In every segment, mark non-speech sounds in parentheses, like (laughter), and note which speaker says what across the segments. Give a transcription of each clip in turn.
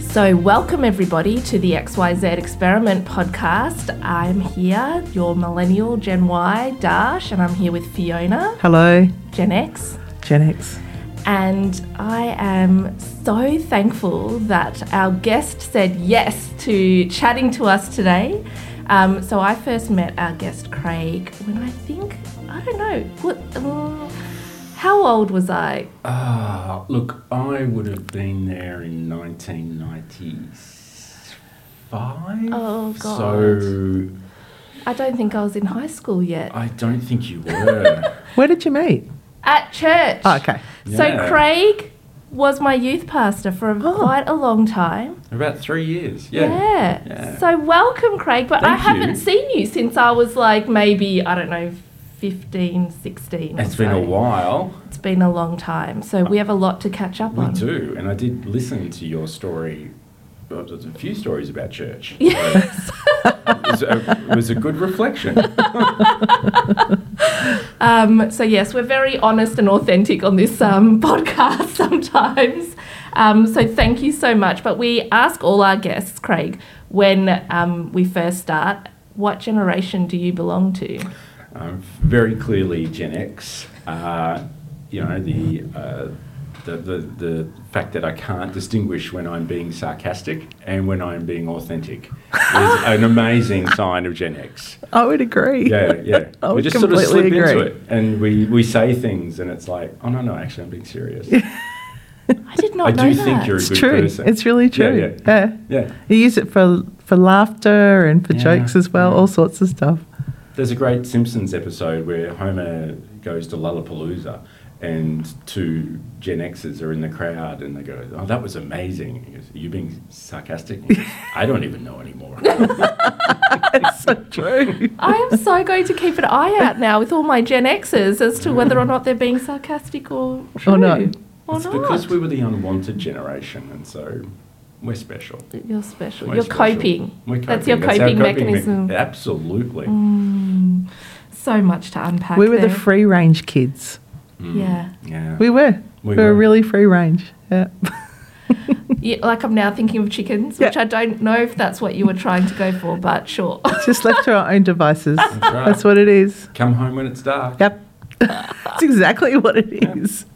Speaker 1: So, welcome everybody to the XYZ Experiment podcast. I'm here, your millennial Gen Y, Dash, and I'm here with Fiona,
Speaker 2: Hello,
Speaker 1: Gen X.
Speaker 2: Gen X.
Speaker 1: And I am so thankful that our guest said yes to chatting to us today. Um, so I first met our guest Craig when I think I don't know what. Um, how old was I?
Speaker 3: Ah, look, I would have been there in 1995.
Speaker 1: Oh, God.
Speaker 3: So
Speaker 1: I don't think I was in high school yet.
Speaker 3: I don't think you were.
Speaker 1: (laughs)
Speaker 2: Where did you meet?
Speaker 1: At church.
Speaker 2: Oh, okay.
Speaker 3: Yeah.
Speaker 1: So Craig was my youth pastor for a- quite a long time.
Speaker 3: About three years. Yeah.
Speaker 1: Yeah.
Speaker 3: Yeah.
Speaker 1: So welcome, Craig. But I
Speaker 3: Thank
Speaker 1: haven't
Speaker 3: you.
Speaker 1: seen you since I was like maybe, I don't know, 15, 16. or
Speaker 3: It's been a Oh.
Speaker 1: so.
Speaker 3: while.
Speaker 1: It's been a long time. So we have a lot to catch up
Speaker 3: We
Speaker 1: on.
Speaker 3: do, and I did listen to your story. Well, there's a few stories about church.
Speaker 1: (laughs) (laughs)
Speaker 3: (laughs)
Speaker 1: Yes.
Speaker 3: It was a, it was a good reflection.
Speaker 1: Um, so, yes, we're very honest and authentic on this um, (laughs) podcast sometimes. Um, so, thank you so much. But we ask all our guests, Craig, when um, we first start, what generation do you belong to?
Speaker 3: um, very clearly Gen X. Uh, you know the, uh, the the the fact that I can't distinguish when I'm being sarcastic and when I'm being authentic is
Speaker 2: (laughs)
Speaker 3: an amazing sign of Gen X.
Speaker 2: I would agree.
Speaker 3: Yeah, yeah.
Speaker 2: (laughs) I
Speaker 3: we
Speaker 2: would
Speaker 3: just sort of slip
Speaker 2: completely
Speaker 3: into
Speaker 2: agree.
Speaker 3: it and we, we say things and it's like, oh no no, actually I'm
Speaker 2: (laughs)
Speaker 3: being serious.
Speaker 1: I did not
Speaker 3: I
Speaker 1: know
Speaker 3: do
Speaker 1: that.
Speaker 3: think you're a
Speaker 2: It's
Speaker 3: good
Speaker 2: true.
Speaker 3: person.
Speaker 2: It's really
Speaker 3: Yeah,
Speaker 2: true.
Speaker 3: yeah.
Speaker 2: Yeah.
Speaker 3: yeah.
Speaker 2: You use it for for laughter and for
Speaker 3: Yeah,
Speaker 2: jokes as well,
Speaker 3: yeah.
Speaker 2: all sorts of stuff. (laughs)
Speaker 3: There's a great Simpsons episode where Homer goes to Lollapalooza and two Gen Xers are in the crowd and they go, Oh, that was amazing. He goes, Are you being sarcastic? He goes, I don't even
Speaker 1: (laughs)
Speaker 3: know anymore.
Speaker 2: It's so true.
Speaker 1: I am so going to keep an eye out now with all my Gen Xs as to whether or not they're being sarcastic or true.
Speaker 2: Or not.
Speaker 1: Or
Speaker 3: it's
Speaker 1: not.
Speaker 3: because we were the unwanted generation and so we're special.
Speaker 1: you're special.
Speaker 3: We're
Speaker 1: you're
Speaker 3: special.
Speaker 1: coping.
Speaker 3: We're
Speaker 1: That's your
Speaker 3: our
Speaker 1: coping,
Speaker 3: me-
Speaker 1: mechanism. Mm,
Speaker 3: Absolutely.
Speaker 1: So much to unpack.
Speaker 2: We were the
Speaker 1: there.
Speaker 2: free range kids.
Speaker 1: Yeah.
Speaker 3: Mm. Yeah.
Speaker 2: We were.
Speaker 3: We
Speaker 2: We, were
Speaker 3: were.
Speaker 2: really free range. Yeah. (laughs)
Speaker 1: Yeah, like I'm now thinking of chickens,
Speaker 2: Yeah.
Speaker 1: which I don't know if that's what you were trying to go for, but sure. (laughs)
Speaker 2: Just left to our own
Speaker 3: (laughs)
Speaker 2: devices. That's,
Speaker 3: right.
Speaker 2: what it is.
Speaker 3: Come home when it's dark.
Speaker 2: Yep. (laughs) That's exactly what it is.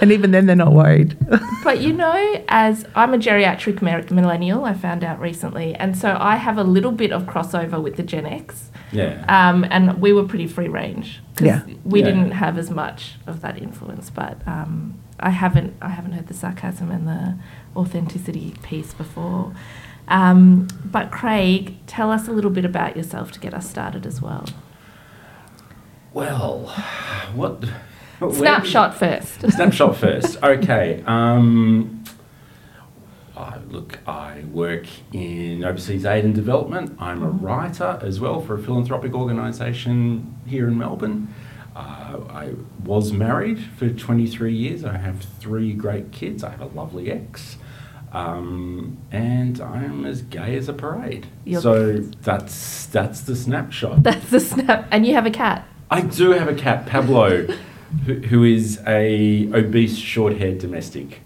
Speaker 2: And even then, they're not worried. (laughs)
Speaker 1: But you know, as I'm a geriatric mer- millennial, I found out recently, and so I have a little bit of crossover with the Gen X,
Speaker 3: Yeah.
Speaker 1: um, and we were pretty free range. 'cause
Speaker 2: Yeah.
Speaker 1: we
Speaker 3: Yeah.
Speaker 1: didn't have as much of that influence, but um, I haven't I haven't heard the sarcasm and the authenticity piece before. Um, but Craig, tell us a little bit about yourself to get us started as well.
Speaker 3: well, what? where-
Speaker 1: Snapshot first.
Speaker 3: Snapshot first. Okay. Um, I, look, I work in overseas aid and development. I'm a writer as well for a philanthropic organisation here in Melbourne. Uh, I was married for 23 years. I have three great kids. I have a lovely ex. Um, and I'm as gay as a parade.
Speaker 1: You're-
Speaker 3: so that's that's the
Speaker 1: (laughs)
Speaker 3: snapshot.
Speaker 1: That's the snap. And you have a
Speaker 3: (laughs)
Speaker 1: cat.
Speaker 3: I do have a cat, Pablo, who, who is a obese, short-haired domestic,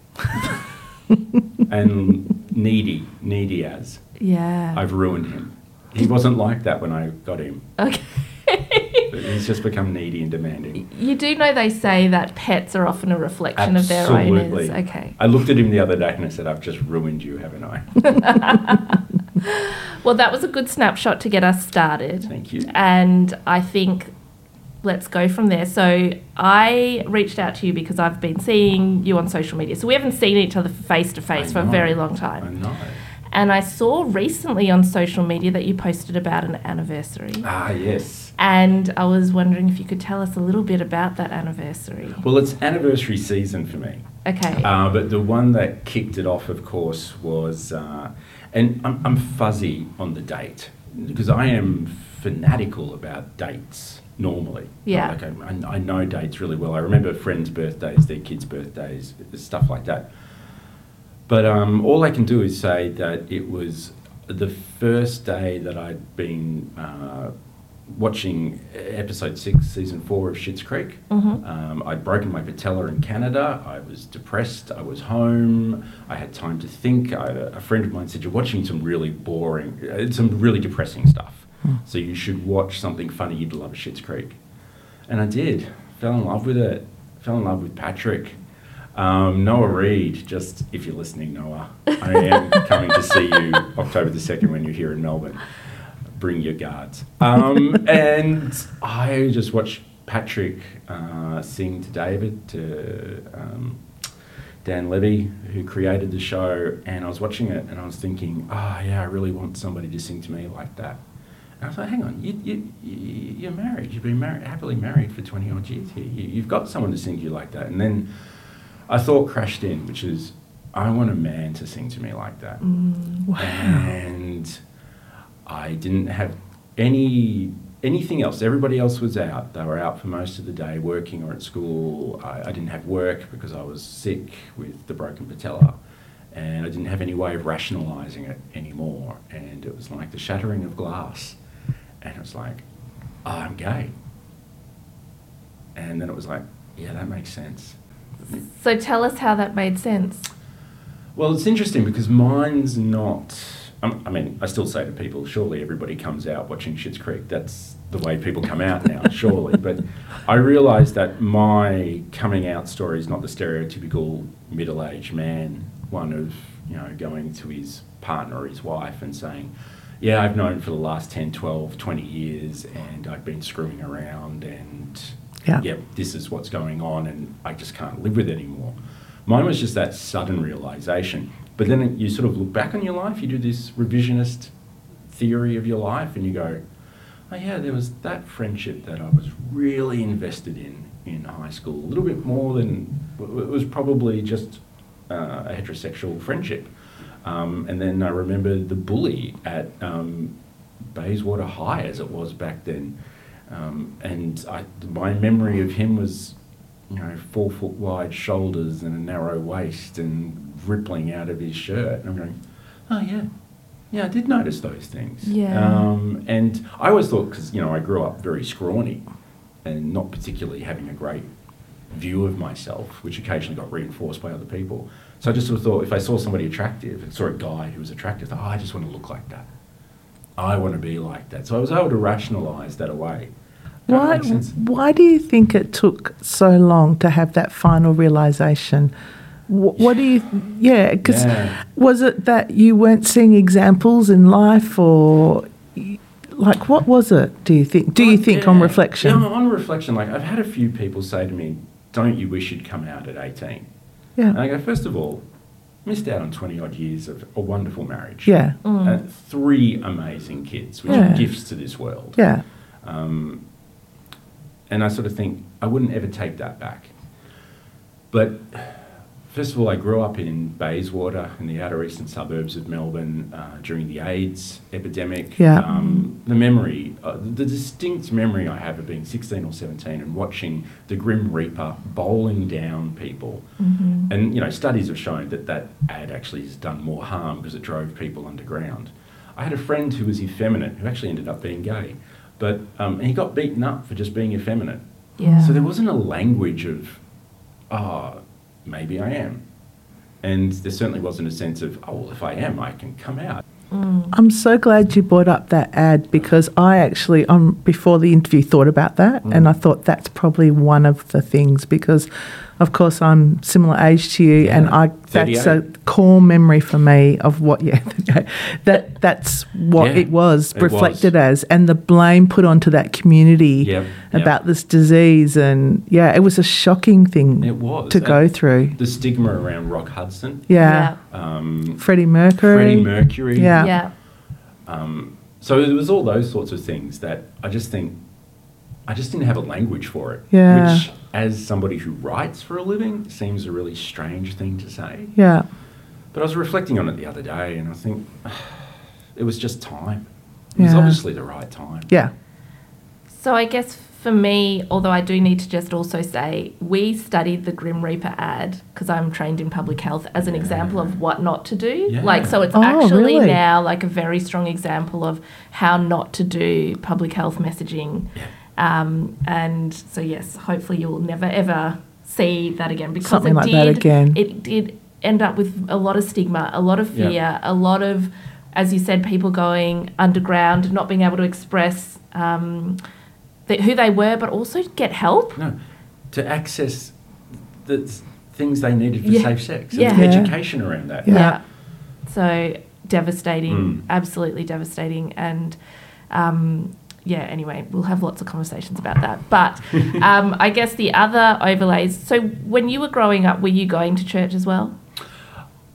Speaker 3: and needy, needy as.
Speaker 1: Yeah.
Speaker 3: I've ruined him. He wasn't like that when I got him.
Speaker 1: Okay. (laughs)
Speaker 3: but He's just become needy and demanding.
Speaker 1: you do know they say that pets are often a reflection of their owners.
Speaker 3: Absolutely.
Speaker 1: Okay. (laughs)
Speaker 3: I looked at him the other day and I said, "I've just ruined you, haven't I?"
Speaker 1: Well, that was a good snapshot to get us started.
Speaker 3: Thank you.
Speaker 1: And I think let's go from there. So I reached out to you because I've been seeing you on social media. So we haven't seen each other face to face
Speaker 3: I
Speaker 1: for a
Speaker 3: know.
Speaker 1: very long
Speaker 3: I
Speaker 1: time.
Speaker 3: know.
Speaker 1: And I saw recently on social media that you posted about an anniversary.
Speaker 3: Ah, yes.
Speaker 1: And I was wondering if you could tell us a little bit about that anniversary.
Speaker 3: Well, it's anniversary season for me.
Speaker 1: Okay.
Speaker 3: Uh, but the one that kicked it off, of course, was, uh, and I'm, I'm fuzzy on the date because I am fanatical about dates normally.
Speaker 1: Yeah.
Speaker 3: Like I'm- I, I know dates really well. I remember friends' birthdays, their kids' birthdays, stuff like that. But um, all I can do is say that it was the first day that I'd been uh, watching episode six, season four of Schitt's Creek.
Speaker 1: Mm-hmm.
Speaker 3: Um, I'd broken my patella in Canada. I was depressed. I was home. I had time to think. I, a friend of mine said, You're watching some really boring, uh, some really depressing stuff. So you should watch something funny. You'd love Schitt's Creek. And I did. Fell in love with it. Fell in love with Patrick. Um, Noah Reed, just if you're listening, Noah, I am coming to see you October the 2nd when you're here in Melbourne bring your guards. Um, and I just watched Patrick uh, sing to David, to um, Dan Levy, who created the show. And I was watching it and I was thinking, oh, yeah, I really want somebody to sing to me like that. And I was like, hang on, you, you, you, you're married. You've been married, happily married for 20 odd years here. You, you've got someone to sing to you like that. And then a thought crashed in, which is, I want a man to sing to me like that. And I didn't have any anything else. Everybody else was out. They were out for most of the day working or at school. I, I didn't have work because I was sick with the broken patella. And I didn't have any way of rationalizing it anymore. And it was like the shattering of glass. And it was like, "Oh, I'm gay. And then it was like, yeah, that makes sense.
Speaker 1: So tell us how that made sense.
Speaker 3: Well, it's interesting because mine's not. I'm- I mean, I still say to people, surely everybody comes out watching Schitt's Creek. That's the way people come out now, surely. But I realise that my coming out story is not the stereotypical middle-aged man one of you know going to his partner or his wife and saying, "Yeah, I've known for the last 10, 12, 20 years, and I've been screwing around, and
Speaker 2: Yeah.
Speaker 3: yeah, this is what's going on and I just can't live with it anymore. Mine was just that sudden realization. But then you sort of look back on your life, you do this revisionist theory of your life, and you go, oh, yeah, there was that friendship that I was really invested in in high school, a little bit more than it was probably just uh, a heterosexual friendship. Um, and then I remembered the bully at um, Bayswater High, as it was back then. Um, and I, my memory of him was, you know, four foot wide shoulders and a narrow waist and rippling out of his shirt. And I'm going, oh, yeah. Yeah, I did notice those things.
Speaker 1: Yeah.
Speaker 3: Um, and I always thought, because, you know, I grew up very scrawny and not particularly having a great view of myself, which occasionally got reinforced by other people. So I just sort of thought if I saw somebody attractive, I saw a guy who was attractive, I thought, oh, I just want to look like that. I want to be like that. So I was able to rationalize that away. That
Speaker 2: Why,
Speaker 3: makes sense.
Speaker 2: why do you think it took so long to have that final realization? What, what do you, yeah, because
Speaker 3: Yeah.
Speaker 2: was it that you weren't seeing examples in life or y- like what was it, do you think? Do you think on
Speaker 3: Yeah.
Speaker 2: reflection?
Speaker 3: Yeah, on reflection, like I've had a few people say to me, don't you wish you'd come out at 18? And
Speaker 2: Yeah.
Speaker 3: I go, first of all, missed out on 20 odd years of a wonderful marriage.
Speaker 2: Yeah.
Speaker 3: Uh, three amazing kids, which
Speaker 2: Yeah.
Speaker 3: are gifts to this world.
Speaker 2: Yeah.
Speaker 3: And I sort of think I wouldn't ever take that back. But first of all, I grew up in Bayswater in the outer eastern suburbs of Melbourne uh, during the AIDS epidemic.
Speaker 2: Yeah.
Speaker 3: Um, the memory, uh, the distinct memory I have of being 16 or 17 and watching the Grim Reaper bowling down people. And, you know, studies have shown that that ad actually has done more harm because it drove people underground. I had a friend who was effeminate who actually ended up being gay, but um, and he got beaten up for just being effeminate.
Speaker 1: Yeah.
Speaker 3: So there wasn't a language of, ah, maybe I am. And there certainly wasn't a sense of, oh, well, if I am, I can come out.
Speaker 2: I'm so glad you brought up that ad because I actually, um, before the interview, thought about that, and I
Speaker 3: Mm.
Speaker 2: thought that's probably one of the things because, of course, I'm similar age to you, and
Speaker 3: Yeah,
Speaker 2: I that's a
Speaker 3: 38.
Speaker 2: core memory for me of what (laughs) yeah that that's what
Speaker 3: Yeah,
Speaker 2: it was
Speaker 3: it was.
Speaker 2: reflected as, and the blame put onto that community
Speaker 3: Yep, yep.
Speaker 2: about this disease, and yeah, it was a shocking thing
Speaker 3: It was.
Speaker 2: to
Speaker 3: And
Speaker 2: go through.
Speaker 3: The stigma around Rock Hudson,
Speaker 2: Yeah,
Speaker 3: um,
Speaker 2: Freddie Mercury.
Speaker 3: Freddie Mercury.
Speaker 1: Yeah.
Speaker 2: Yeah.
Speaker 1: yeah.
Speaker 3: So it was all those sorts of things that I just think, I just didn't have a language for it.
Speaker 2: Yeah.
Speaker 3: Which, as somebody who writes for a living, seems a really strange thing to say.
Speaker 2: yeah,
Speaker 3: But I was reflecting on it the other day, and I think (sighs) it was just time. It was
Speaker 2: Yeah.
Speaker 3: obviously the right time.
Speaker 2: yeah,
Speaker 1: So I guess for me, although I do need to just also say, we studied the Grim Reaper ad because I'm trained in public health as an example of what not to do.
Speaker 3: Yeah.
Speaker 1: Like, so it's
Speaker 2: Oh,
Speaker 1: actually
Speaker 2: really?
Speaker 1: now like a very strong example of how not to do public health messaging. Um, and so, yes, hopefully you'll never ever see that again because
Speaker 2: Something
Speaker 1: it
Speaker 2: like
Speaker 1: did,
Speaker 2: that again.
Speaker 1: It did end up with a lot of stigma, a lot of
Speaker 3: Yeah.
Speaker 1: fear, a lot of, as you said, people going underground, not being able to express um, th- who they were, but also get help.
Speaker 3: No, to access the s- things they needed for
Speaker 1: Yeah.
Speaker 3: safe sex
Speaker 1: Yeah.
Speaker 3: and
Speaker 2: Yeah.
Speaker 3: education around that.
Speaker 2: Yeah.
Speaker 1: So devastating,
Speaker 3: Mm.
Speaker 1: absolutely devastating. And um, yeah, anyway, we'll have lots of conversations about that.
Speaker 3: (laughs)
Speaker 1: But um, I guess the other overlays. So when you were growing up, were you going to church as well?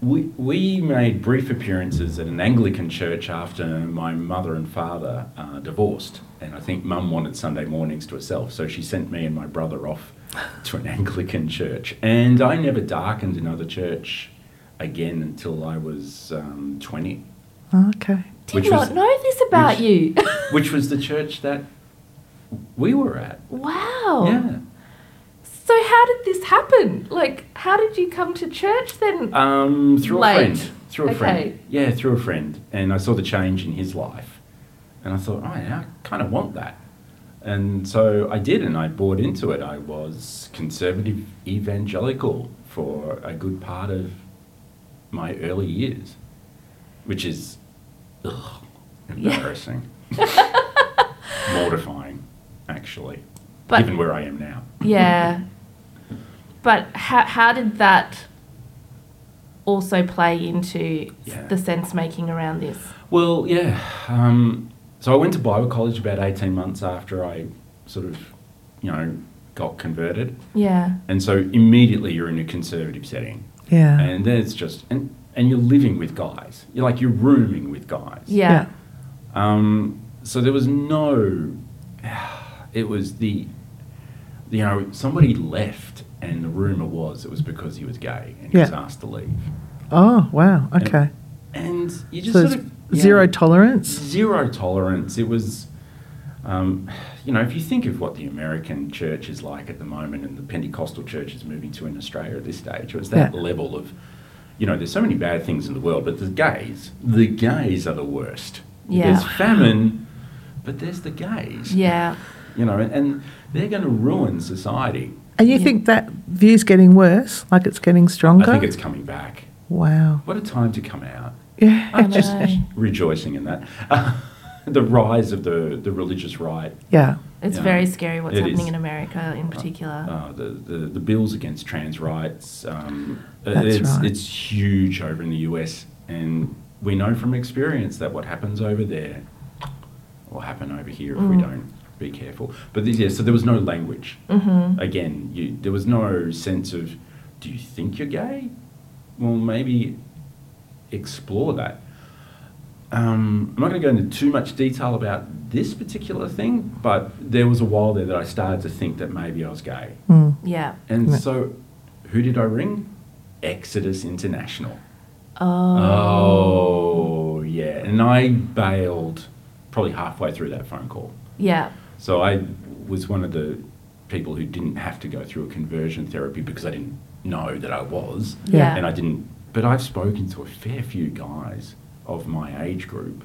Speaker 3: We, we made brief appearances at an Anglican church after my mother and father uh, divorced. And I think mum wanted Sunday mornings to herself, so she sent me and my brother
Speaker 1: (laughs)
Speaker 3: off to an Anglican church. And I never darkened another church again until I was um, 20,
Speaker 2: Okay.
Speaker 1: Did
Speaker 3: Which
Speaker 1: not
Speaker 3: was-
Speaker 1: know this about
Speaker 3: which-
Speaker 1: you.
Speaker 3: (laughs) which was the church that we were at.
Speaker 1: wow.
Speaker 3: Yeah.
Speaker 1: So how did this happen? Like, how did you come to church then?
Speaker 3: Um, through
Speaker 1: Late.
Speaker 3: a friend. Through a
Speaker 1: Okay.
Speaker 3: friend. Yeah, through a friend. And I saw the change in his life. And I thought, oh, yeah, I kind of want that. And so I did, and I bought into it. I was conservative evangelical for a good part of my early years, which is ugh,
Speaker 1: Yeah. (laughs)
Speaker 3: embarrassing. Mortifying, actually,
Speaker 1: But-
Speaker 3: given where I am now.
Speaker 1: yeah. But how how did that also play into
Speaker 3: Yeah.
Speaker 1: the sense making around this?
Speaker 3: Well, yeah. Um, so I went to Bible college about 18 months after I sort of, you know, got converted.
Speaker 1: Yeah.
Speaker 3: And so immediately you're in a conservative setting.
Speaker 2: Yeah.
Speaker 3: And then it's just, and, and you're living with guys. You're like, you're rooming with guys.
Speaker 1: Yeah.
Speaker 3: Um, so there was no, it was the, you know, somebody left and the rumor was it was because he was gay and he was
Speaker 2: Yeah.
Speaker 3: asked to leave.
Speaker 2: Oh wow.
Speaker 3: And-
Speaker 2: Okay.
Speaker 3: And you just
Speaker 2: So
Speaker 3: sort
Speaker 2: it's
Speaker 3: of. yeah.
Speaker 2: zero tolerance.
Speaker 3: zero tolerance. It was, um, you know, if you think of what the American church is like at the moment and the Pentecostal church is moving to in Australia at this stage, it was that
Speaker 2: Yeah.
Speaker 3: level of, you know, there's so many bad things in the world, but the gays, the gays are the worst.
Speaker 1: Yeah.
Speaker 3: There's famine, but there's the gays.
Speaker 1: (laughs) Yeah.
Speaker 3: You know, and, and they're going to ruin society.
Speaker 2: And you
Speaker 1: Yeah.
Speaker 2: think that view's getting worse? Like it's getting
Speaker 3: I
Speaker 2: stronger?
Speaker 3: think it's coming back. (laughs)
Speaker 2: wow.
Speaker 3: What a time to come out.
Speaker 2: Yeah.
Speaker 1: I
Speaker 3: I'm just
Speaker 1: know.
Speaker 3: rejoicing in that. (laughs) the rise of the, the religious right
Speaker 2: Yeah.
Speaker 1: It's
Speaker 3: Yeah.
Speaker 1: very scary what's
Speaker 3: It
Speaker 1: happening
Speaker 3: is.
Speaker 1: in America in particular.
Speaker 3: uh, the, the, the bills against trans rights. Um,
Speaker 2: That's
Speaker 3: it's,
Speaker 2: right.
Speaker 3: it's huge over in the US, and we know from experience that what happens over there will happen over here if we
Speaker 2: Mm.
Speaker 3: don't be careful. But the- yeah, so there was no language.
Speaker 2: Mm-hmm.
Speaker 1: Mm-hmm.
Speaker 3: Again, you, there was no sense of, do you think you're gay? Well, maybe explore that. Um, I'm not going to go into too much detail about this particular thing, but there was a while there that I started to think that maybe I was gay.
Speaker 2: Mm.
Speaker 1: yeah.
Speaker 3: And
Speaker 2: Yeah.
Speaker 3: so, who did I ring? Exodus International.
Speaker 1: Oh.
Speaker 3: Uh, Oh, yeah. And I bailed probably halfway through that phone call.
Speaker 1: Yeah.
Speaker 3: So I was one of the people who didn't have to go through a conversion therapy because I didn't know that I was.
Speaker 1: Yeah.
Speaker 3: And I didn't, but I've spoken to a fair few guys of my age group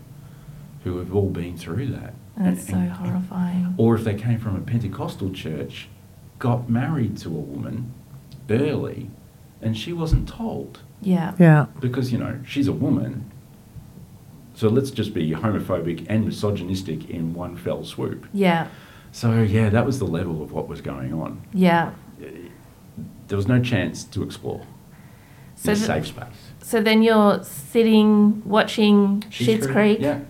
Speaker 3: who have all been through that. And- (laughs)
Speaker 1: That's so
Speaker 3: and-
Speaker 1: horrifying.
Speaker 3: or if they came from a Pentecostal church, got married to a woman early and she wasn't told
Speaker 1: Yeah.
Speaker 2: Yeah.
Speaker 3: because, you know, she's a woman. So let's just be homophobic and misogynistic in one fell swoop.
Speaker 1: Yeah.
Speaker 3: So, yeah, that was the level of what was going on.
Speaker 1: Yeah.
Speaker 3: There was no chance to explore
Speaker 1: So
Speaker 3: in a
Speaker 1: th-
Speaker 3: safe space.
Speaker 1: So then you're sitting watching Schitt's Creek,
Speaker 3: Yeah.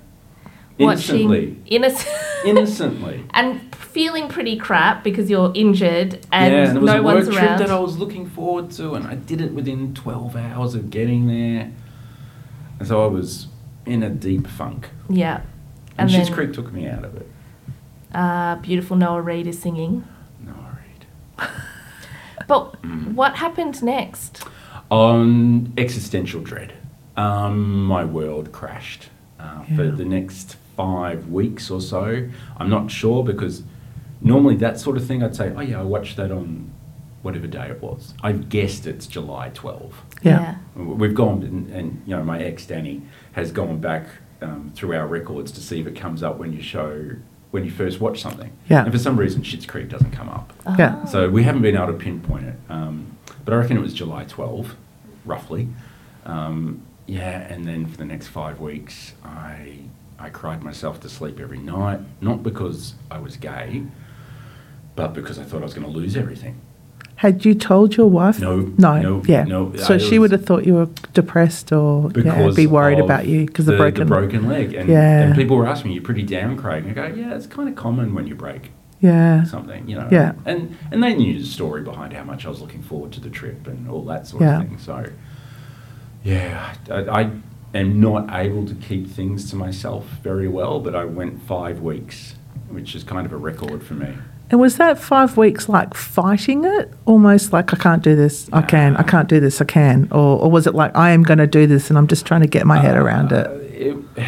Speaker 3: Innocently.
Speaker 1: watching Innocent, (laughs)
Speaker 3: Innocently.
Speaker 1: and feeling pretty crap because you're injured and,
Speaker 3: yeah, and it was
Speaker 1: no
Speaker 3: a
Speaker 1: one's
Speaker 3: work trip
Speaker 1: around.
Speaker 3: that I was looking forward to, and I did it within 12 hours of getting there. And so I was in a deep funk.
Speaker 1: yeah, and
Speaker 3: And, Schitt's
Speaker 1: then
Speaker 3: Creek took me out of it.
Speaker 1: uh, beautiful Noah Reed is singing.
Speaker 3: No, Reed.
Speaker 1: But
Speaker 3: Mm.
Speaker 1: what happened next?
Speaker 3: On existential dread, um, my world crashed uh, for
Speaker 2: Yeah.
Speaker 3: the next five weeks or so. I'm not sure because normally that sort of thing, I'd say, oh yeah, I watched that on whatever day it was. I've guessed it's July 12.
Speaker 2: Yeah.
Speaker 3: We've gone, and, and you know, my ex Danny has gone back um, through our records to see if it comes up when you show when you first watch something.
Speaker 2: Yeah.
Speaker 3: And for some reason, Shit's Creek doesn't come up.
Speaker 2: Yeah.
Speaker 1: Oh.
Speaker 3: So we haven't been able to pinpoint it. Um, but I reckon it was July 12, roughly. Um, yeah, and then for the next five weeks, I, I cried myself to sleep every night, not because I was gay, but because I thought I was going to lose everything.
Speaker 2: Had you told your wife?
Speaker 3: No,
Speaker 2: No.
Speaker 3: no,
Speaker 2: yeah.
Speaker 3: no.
Speaker 2: So
Speaker 3: I
Speaker 2: she
Speaker 3: was-
Speaker 2: would have thought you were depressed or yeah,
Speaker 3: because
Speaker 2: be worried
Speaker 3: of
Speaker 2: about you because the, broken.
Speaker 3: leg. And,
Speaker 2: Yeah.
Speaker 3: and people were asking me, "You're pretty down, Craig." And I go, "Yeah, it's kind of common when you break
Speaker 2: Yeah.
Speaker 3: something, you know."
Speaker 2: Yeah.
Speaker 3: And and they knew the story behind how much I was looking forward to the trip and all that sort
Speaker 2: Yeah.
Speaker 3: of thing. So, yeah, I, I am not able to keep things to myself very well, but I went five weeks, which is kind of a record for me.
Speaker 2: And was that five weeks like fighting it? Almost like, I can't do this, I can, I can't do this, I can. Or, or was it like, I am going to do this and I'm just trying to get my
Speaker 3: Uh,
Speaker 2: head around it?
Speaker 3: it, (sighs)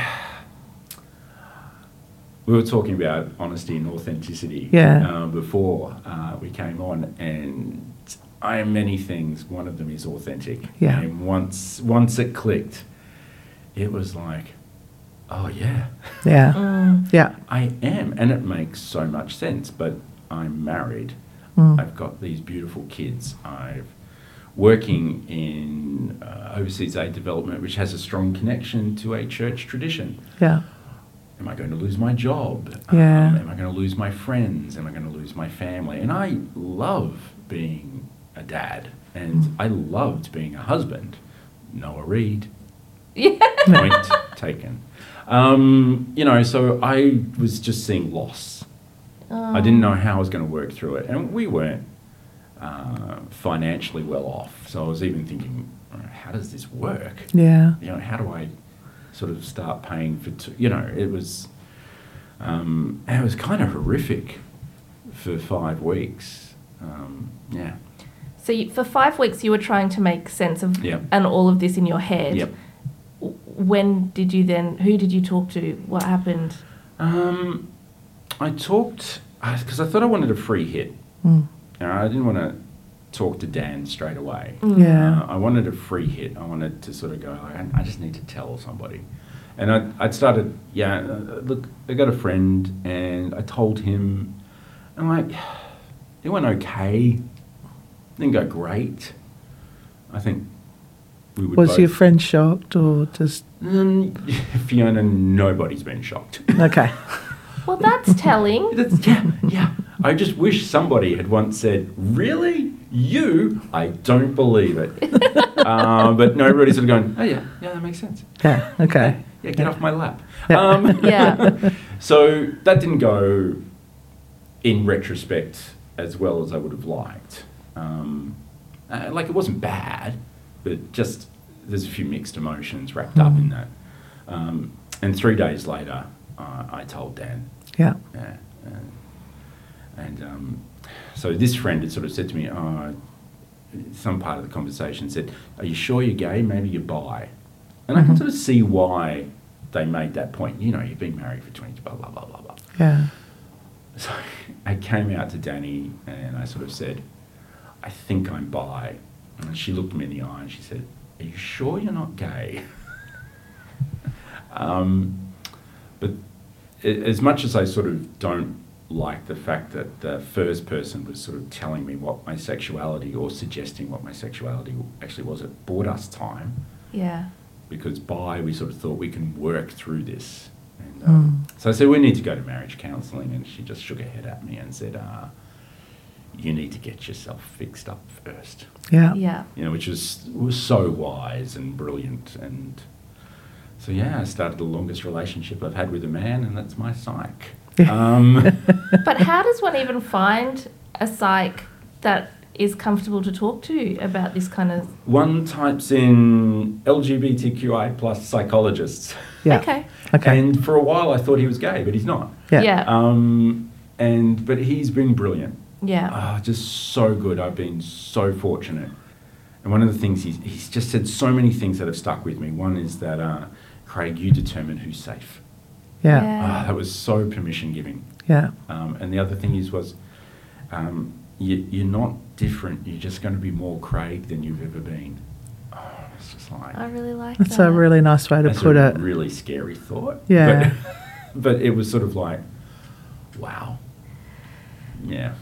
Speaker 3: we were talking about honesty and authenticity
Speaker 2: Yeah.
Speaker 3: uh, before uh, we came on, and I am many things. One of them is authentic.
Speaker 2: Yeah.
Speaker 3: And once once it clicked, it was like, oh yeah,
Speaker 2: Yeah.
Speaker 1: Mm.
Speaker 2: Yeah.
Speaker 3: I am, and it makes so much sense. But I'm married. I've got these beautiful kids. I've working in uh, overseas aid development, which has a strong connection to a church tradition
Speaker 2: Yeah.
Speaker 3: am I going to lose my job? Um,
Speaker 2: Yeah.
Speaker 3: am I going to lose my friends? Am I going to lose my family? And I love being a dad, and I loved being a husband. Noah Reed.
Speaker 1: Yeah.
Speaker 3: Point taken. Um, you know, so I was just seeing loss. I didn't know how I was going to work through it, and we weren't uh, financially well off. So I was even thinking, "Uh, how does this work?
Speaker 2: Yeah.
Speaker 3: you know, how do I sort of start paying for, t- you know, it was, um, it was kind of horrific for five weeks. Um, yeah.
Speaker 1: So you, for five weeks, you were trying to make sense of
Speaker 3: Yep.
Speaker 1: and all of this in your head.
Speaker 3: Yep.
Speaker 1: W- When did you then? Who did you talk to? What happened?
Speaker 3: Um, I talked, because I thought I wanted a free hit. You know, I didn't want to talk to Dan straight away.
Speaker 2: Yeah.
Speaker 3: Uh, I wanted a free hit. I wanted to sort of go, like, I, I just need to tell somebody. And I, I'd started, yeah, uh, look, I got a friend and I told him, and like, it went okay. Didn't go great. I think we would
Speaker 2: Was
Speaker 3: both-
Speaker 2: your friend shocked or just,
Speaker 3: Mm, (laughs) Fiona, nobody's been shocked.
Speaker 2: okay.
Speaker 1: Well,
Speaker 3: (laughs)
Speaker 1: that's telling.
Speaker 3: That's- yeah, yeah. I just wish somebody had once said, "Really, you? I don't believe
Speaker 2: (laughs)
Speaker 3: it." um, but nobody's sort of going, "Oh yeah, yeah, that makes sense."
Speaker 2: Yeah. Okay.
Speaker 3: Yeah, get off my lap.
Speaker 2: Yeah.
Speaker 3: Um,
Speaker 1: Yeah.
Speaker 3: so that didn't go in retrospect as well as I would have liked. Um, uh, like it wasn't bad, but just there's a few mixed emotions wrapped up
Speaker 2: Mm-hmm.
Speaker 3: in that. Um, and three days later, uh, I told Dan,
Speaker 2: Yeah.
Speaker 3: yeah. And, and um, so this friend had sort of said to me, oh, some part of the conversation said, Are you sure you're gay? Maybe you're bi. And I can sort of see why they made that point. You know, you've been married for 20, blah, blah, blah, blah, blah.
Speaker 2: Yeah.
Speaker 3: So I came out to Danny and I sort of said, I think I'm bi. And she looked me in the eye and she said, Are you sure you're not gay? (laughs) um, but a- as much as I sort of don't like the fact that the first person was sort of telling me what my sexuality or suggesting what my sexuality actually was, it bought us time
Speaker 1: yeah.
Speaker 3: because by we sort of thought we can work through this. And, um, So I said, we need to go to marriage counselling, and she just shook her head at me and said, uh, you need to get yourself fixed up first.
Speaker 2: Yeah.
Speaker 1: Yeah.
Speaker 3: You know, which was, was so wise and brilliant. And so, yeah, I started the longest relationship I've had with a man, and that's my psych. um,
Speaker 1: But how does one even find a psych that is comfortable to talk to about this kind of?
Speaker 3: one types in LGBTQI plus psychologists.
Speaker 2: Yeah.
Speaker 1: Okay.
Speaker 2: Okay.
Speaker 3: And for a while I thought he was gay, but he's not.
Speaker 2: Yeah.
Speaker 1: Yeah.
Speaker 3: Um, and but he's been brilliant.
Speaker 1: yeah.
Speaker 3: Ah, just so good. I've been so fortunate. And one of the things he's, he's just said so many things that have stuck with me. One is that uh, Craig, you determine who's safe.
Speaker 2: Yeah.
Speaker 1: Yeah.
Speaker 3: Ah, that was so permission giving.
Speaker 2: Yeah.
Speaker 3: Um, and the other thing is was um, you, you're not different. You're just going to be more Craig than you've ever been. Oh, it's just like
Speaker 1: I really
Speaker 3: (laughs)
Speaker 1: like
Speaker 2: That's
Speaker 1: that.
Speaker 2: a really nice way to
Speaker 3: that's
Speaker 2: put
Speaker 3: a
Speaker 2: it.
Speaker 3: really scary thought.
Speaker 2: Yeah.
Speaker 3: But, (laughs) but it was sort of like, wow. Yeah.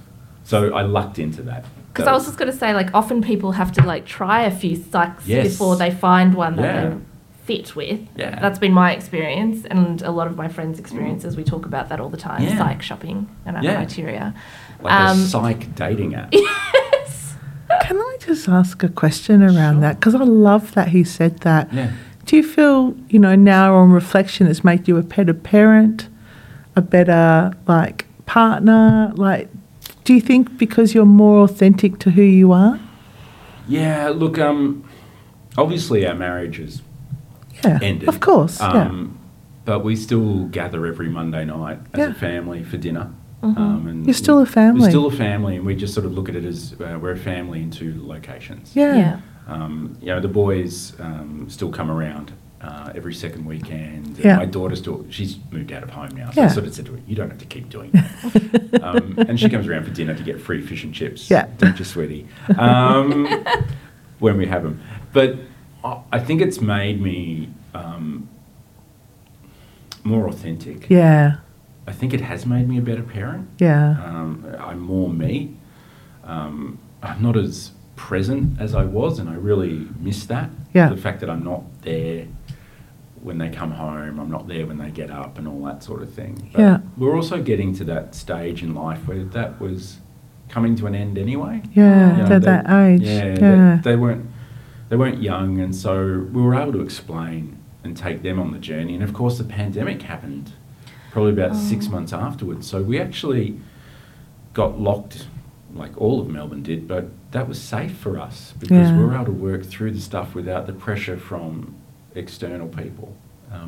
Speaker 3: So I lucked into that.
Speaker 1: Because
Speaker 3: That
Speaker 1: I was just going to say, like, often people have to like try a few psychs
Speaker 3: Yes.
Speaker 1: before they find one that
Speaker 3: Yeah.
Speaker 1: they fit with.
Speaker 3: Yeah.
Speaker 1: That's been my experience and a lot of my friends' experiences. We talk about that all the time,
Speaker 3: Yeah.
Speaker 1: psych shopping and our
Speaker 3: Yeah.
Speaker 1: criteria.
Speaker 3: like
Speaker 1: um, (laughs)
Speaker 3: a psych dating app.
Speaker 2: Can I just ask a question around
Speaker 3: Sure.
Speaker 2: that? 'Cause that? Because I love that he said that.
Speaker 3: Yeah.
Speaker 2: Do you feel, you know, now on reflection, it's made you a better parent, a better like partner? Like, do you think because you're more authentic to who you are?
Speaker 3: Yeah. Look, um, obviously our marriage is
Speaker 2: Yeah,
Speaker 3: ended.
Speaker 2: of course.
Speaker 3: Um, But we still gather every Monday night as
Speaker 2: Yeah.
Speaker 3: a family for dinner.
Speaker 1: Mm-hmm.
Speaker 3: Um, and
Speaker 2: You're still a
Speaker 3: We're
Speaker 2: family.
Speaker 3: still a family, and we just sort of look at it as uh, we're a family in two locations.
Speaker 2: yeah, yeah,
Speaker 1: yeah.
Speaker 3: Um, you know, the boys um, still come around uh, every second weekend. And
Speaker 2: Yeah.
Speaker 3: My daughter still, she's moved out of home now. So I
Speaker 2: Yeah.
Speaker 3: sort of said to her, you don't have to keep doing that.
Speaker 2: (laughs)
Speaker 3: um, and she comes around for dinner to get free fish and chips.
Speaker 2: Yeah.
Speaker 3: Don't you, sweetie?
Speaker 2: (laughs)
Speaker 3: Um, when we have them. But I I think it's made me um, more authentic.
Speaker 2: yeah,
Speaker 3: I think it has made me a better parent.
Speaker 2: yeah,
Speaker 3: Um, I'm more me. Um, I'm not as present as I was, and I really miss that.
Speaker 2: Yeah.
Speaker 3: The fact that I'm not there when they come home, I'm not there when they get up, and all that sort of thing.
Speaker 2: Yeah.
Speaker 3: We're also getting to that stage in life where that was coming to an end anyway.
Speaker 2: yeah.
Speaker 3: You know,
Speaker 2: At that age,
Speaker 3: Yeah.
Speaker 2: yeah,
Speaker 3: they- They, weren't. They weren't young, and so we were able to explain and take them on the journey. And of course, the pandemic happened probably about six months afterwards. So we actually got locked, like all of Melbourne did, but that was safe for us because
Speaker 2: Yeah.
Speaker 3: we were able to work through the stuff without the pressure from external people.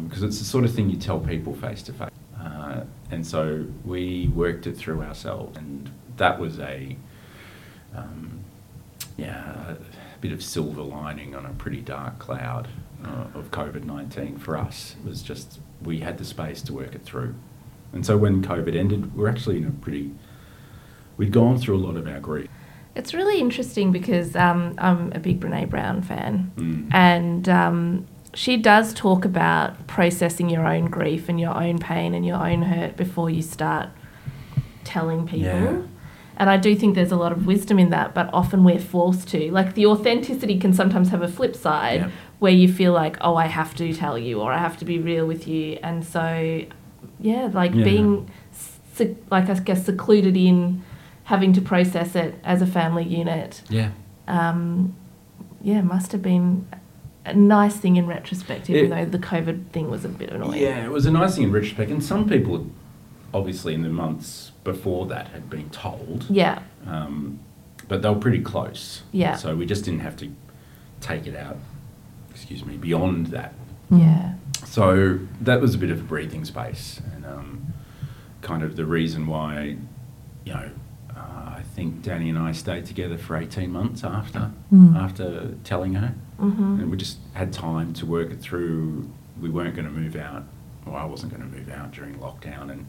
Speaker 3: Because it's the sort of thing you tell people face to face. Uh, And so we worked it through ourselves. And that was a, um, yeah, a bit of silver lining on a pretty dark cloud uh, of COVID 19 for us. It was just we had the space to work it through. And so when COVID ended, we're actually in a pretty, we'd gone through a lot of our grief.
Speaker 1: It's really interesting because um, I'm a big Brene Brown fan,
Speaker 3: Mm.
Speaker 1: and um, she does talk about processing your own grief and your own pain and your own hurt before you start telling people.
Speaker 3: Yeah.
Speaker 1: And I do think there's a lot of wisdom in that, but often we're forced to. Like the authenticity can sometimes have a flip side
Speaker 3: Yeah.
Speaker 1: where you feel like, oh, I have to tell you or I have to be real with you. And so, yeah, like
Speaker 3: Yeah.
Speaker 1: being, sec- like I guess, secluded in having to process it as a family unit,
Speaker 3: Yeah.
Speaker 1: um, yeah, must have been a nice thing in retrospect, even though the COVID thing was a bit annoying.
Speaker 3: Yeah, it was a nice thing in retrospect. And some people, obviously, in the months before that, had been told,
Speaker 1: Yeah,
Speaker 3: um, but they were pretty close.
Speaker 1: Yeah.
Speaker 3: So we just didn't have to take it out, excuse me, beyond that.
Speaker 2: Mm.
Speaker 1: yeah.
Speaker 3: So that was a bit of a breathing space, and um, kind of the reason why, you know, uh, I think Danny and I stayed together for eighteen months after after telling her,
Speaker 1: Mhm.
Speaker 3: and we just had time to work it through. We weren't going to move out, or I wasn't going to move out during lockdown, and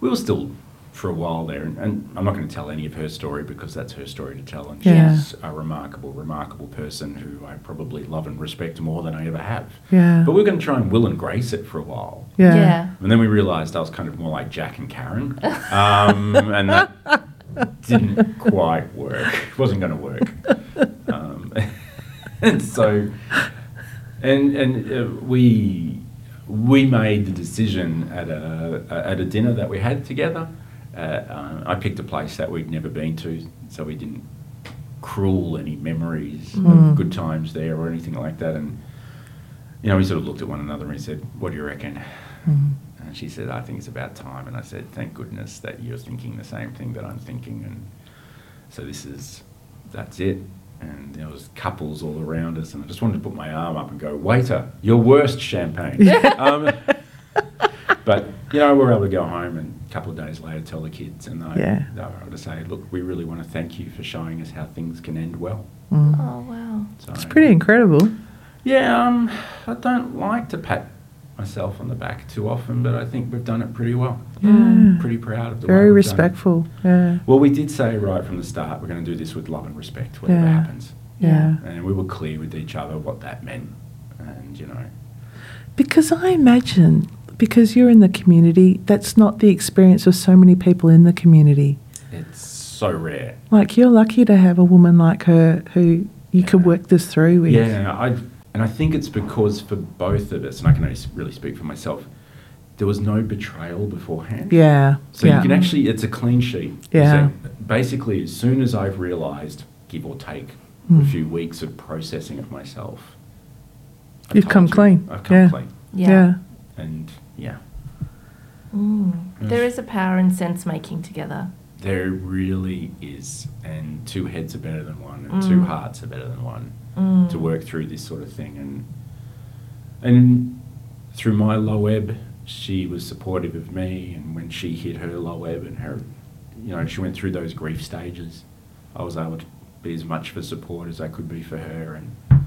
Speaker 3: we were still for a while there. And, and I'm not going to tell any of her story because that's her story to tell, and
Speaker 2: Yeah.
Speaker 3: she's a remarkable, remarkable person who I probably love and respect more than I ever have.
Speaker 2: yeah,
Speaker 3: But we were going to try and will and grace it for a while.
Speaker 2: yeah.
Speaker 3: And then we realised I was kind of more like Jack and Karen. Um, and that didn't quite work. It wasn't going to work. Um, (laughs) and so, and, and uh, we, we made the decision at a, at a dinner that we had together. Uh, uh, I picked a place that we'd never been to, so we didn't cruel any memories of good times there or anything like that. And you know, we sort of looked at one another and we said, What do you reckon? And she said, I think it's about time. And I said, Thank goodness that you're thinking the same thing that I'm thinking. And so this is, that's it. And there was couples all around us. And I just wanted to put my arm up and go, Waiter, your worst champagne. um, but, you know, we were able to go home and a couple of days later tell the kids. And I,
Speaker 2: Yeah.
Speaker 3: they were able to say, Look, we really want to thank you for showing us how things can end well.
Speaker 2: Mm.
Speaker 1: Oh wow.
Speaker 3: So,
Speaker 2: It's pretty incredible.
Speaker 3: yeah, um, I don't like to pat myself on the back too often, but I think we've done it pretty well.
Speaker 1: Mm.
Speaker 2: Yeah.
Speaker 3: Pretty proud of the way
Speaker 2: Very
Speaker 3: we've done it.
Speaker 2: respectful. Yeah.
Speaker 3: Well, we did say right from the start we're going to do this with love and respect, whatever
Speaker 2: Yeah.
Speaker 3: happens.
Speaker 2: Yeah.
Speaker 3: And we were clear with each other what that meant. And, you know,
Speaker 2: Because I imagine, because you're in the community, that's not the experience of so many people in the community.
Speaker 3: it's so rare.
Speaker 2: Like, you're lucky to have a woman like her who you could
Speaker 3: Yeah.
Speaker 2: work this through with.
Speaker 3: Yeah, I, and I think it's because for both of us, and I can only s- really speak for myself, there was no betrayal beforehand.
Speaker 2: Yeah.
Speaker 3: So
Speaker 2: yeah.
Speaker 3: you can actually, it's a clean sheet.
Speaker 2: Yeah.
Speaker 3: So basically, as soon as I've realised, give or take,
Speaker 2: Hmm.
Speaker 3: a few weeks of processing of myself, I've
Speaker 2: You've
Speaker 3: told
Speaker 2: come
Speaker 3: you,
Speaker 2: clean.
Speaker 3: I've come
Speaker 2: Yeah.
Speaker 3: clean,
Speaker 1: Yeah.
Speaker 2: yeah.
Speaker 3: and yeah,
Speaker 1: Mm. There is a power in sense making together.
Speaker 3: there really is. And two heads are better than one, and two hearts are better than one.
Speaker 1: Mm.
Speaker 3: to work through this sort of thing and and through my low ebb she was supportive of me and when she hit her low ebb and her you know she went through those grief stages I was able to be as much of a support as I could be for her and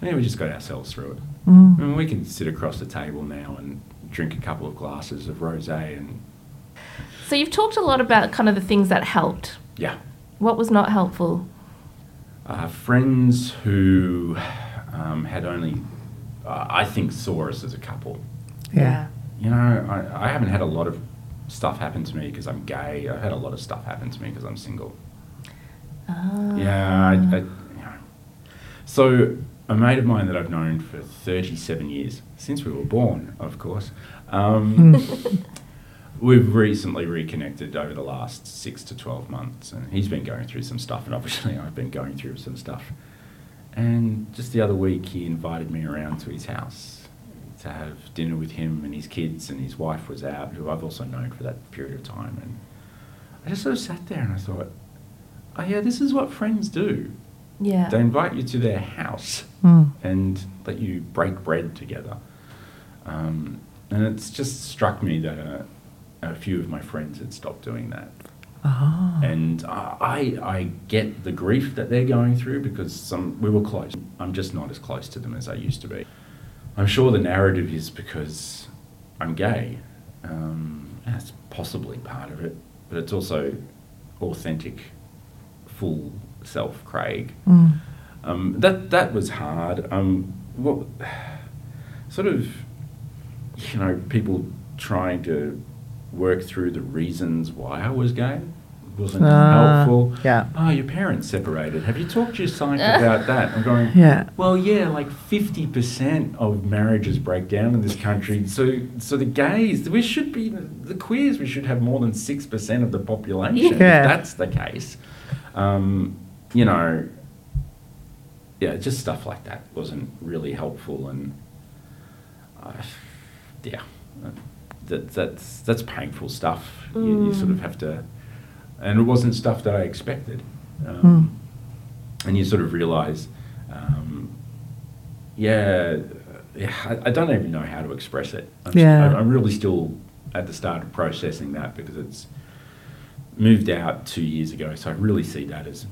Speaker 3: yeah, we just got ourselves through it.
Speaker 2: Mm.
Speaker 3: And we can sit across the table now and drink a couple of glasses of rosé and
Speaker 1: So you've talked a lot about kind of the things that helped.
Speaker 3: yeah,
Speaker 1: What was not helpful?
Speaker 3: uh, friends who um, had only uh, I think saw us as a couple.
Speaker 2: Yeah.
Speaker 3: you know, I, I haven't had a lot of stuff happen to me because I'm gay. I've had a lot of stuff happen to me because I'm single.
Speaker 1: Ah.
Speaker 3: Yeah, I, I, you know. So, a mate of mine that I've known for 37 years, since we were born, of course, um, we've recently reconnected over the last six to 12 months. And he's been going through some stuff, and obviously, (laughs) I've been going through some stuff. And just the other week, he invited me around to his house to have dinner with him and his kids, and his wife was out, who I've also known for that period of time. And I just sort of sat there and I thought, oh, yeah, this is what friends do.
Speaker 1: Yeah.
Speaker 3: They invite you to their house
Speaker 2: Mm.
Speaker 3: and let you break bread together. Um, and it's just struck me that a, a few of my friends had stopped doing that.
Speaker 2: Oh.
Speaker 3: And I, I- I get the grief that they're going through because some we were close. I'm just not as close to them as I used to be. I'm sure the narrative is because I'm gay. Um, that's possibly part of it, but it's also authentic, full self, Craig.
Speaker 2: Mm.
Speaker 3: Um, that that was hard. Um, what sort of you know people trying to work through the reasons why I was gay wasn't
Speaker 2: Ah,
Speaker 3: helpful.
Speaker 2: yeah.
Speaker 3: Oh, your parents separated. Have you talked to your psych about that? I'm going.
Speaker 2: Yeah.
Speaker 3: Well, yeah, like fifty percent of marriages break down in this country. So, so the gays, we should be the queers. We should have more than six percent of the population.
Speaker 2: Yeah.
Speaker 3: If that's the case. Um, you know, yeah, just stuff like that wasn't really helpful, and uh, yeah, that, that's that's painful stuff. You, you sort of have to, and it wasn't stuff that I expected, um, and you sort of realize, um, yeah, yeah, I, I don't even know how to express it. I'm, s-
Speaker 2: Yeah.
Speaker 3: I'm- I'm really still at the start of processing that because it's moved out two years ago, so I really see that as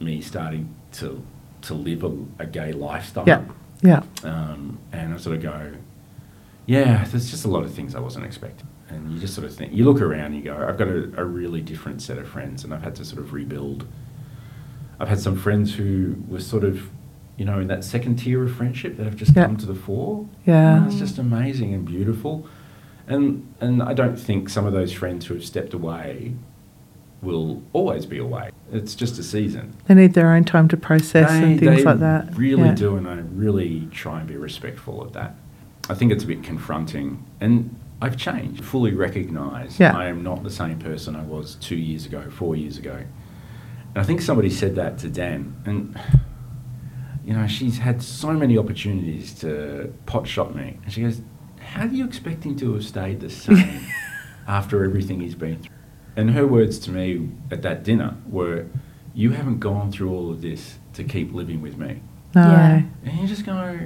Speaker 3: me starting to to live a, a gay lifestyle.
Speaker 2: Yeah. Yeah.
Speaker 3: Um, and I sort of go, yeah, there's just a lot of things I wasn't expecting. And you just sort of think, you look around and you go, I've got a, a really different set of friends, and I've had to sort of rebuild. I've had some friends who were sort of, you know, in that second tier of friendship that have just
Speaker 2: Yeah.
Speaker 3: come to the fore.
Speaker 2: Yeah.
Speaker 3: It's just amazing and beautiful. And and I don't think some of those friends who have stepped away will always be away. It's just a season.
Speaker 2: They need their own time to process and
Speaker 3: They-
Speaker 2: things
Speaker 3: they
Speaker 2: like that.
Speaker 3: Really
Speaker 2: yeah.
Speaker 3: do, and I really try and be respectful of that. I think it's a bit confronting, and I've changed. Fully recognise
Speaker 2: Yeah.
Speaker 3: I am not the same person I was two years ago, four years ago. And I think somebody said that to Dan, and you know she's had so many opportunities to pot shot me, and she goes, "How do you expect him to have stayed the same after everything he's been through?" And her words to me at that dinner were, You haven't gone through all of this to keep living with me.
Speaker 2: No.
Speaker 1: Yeah.
Speaker 3: And you just go,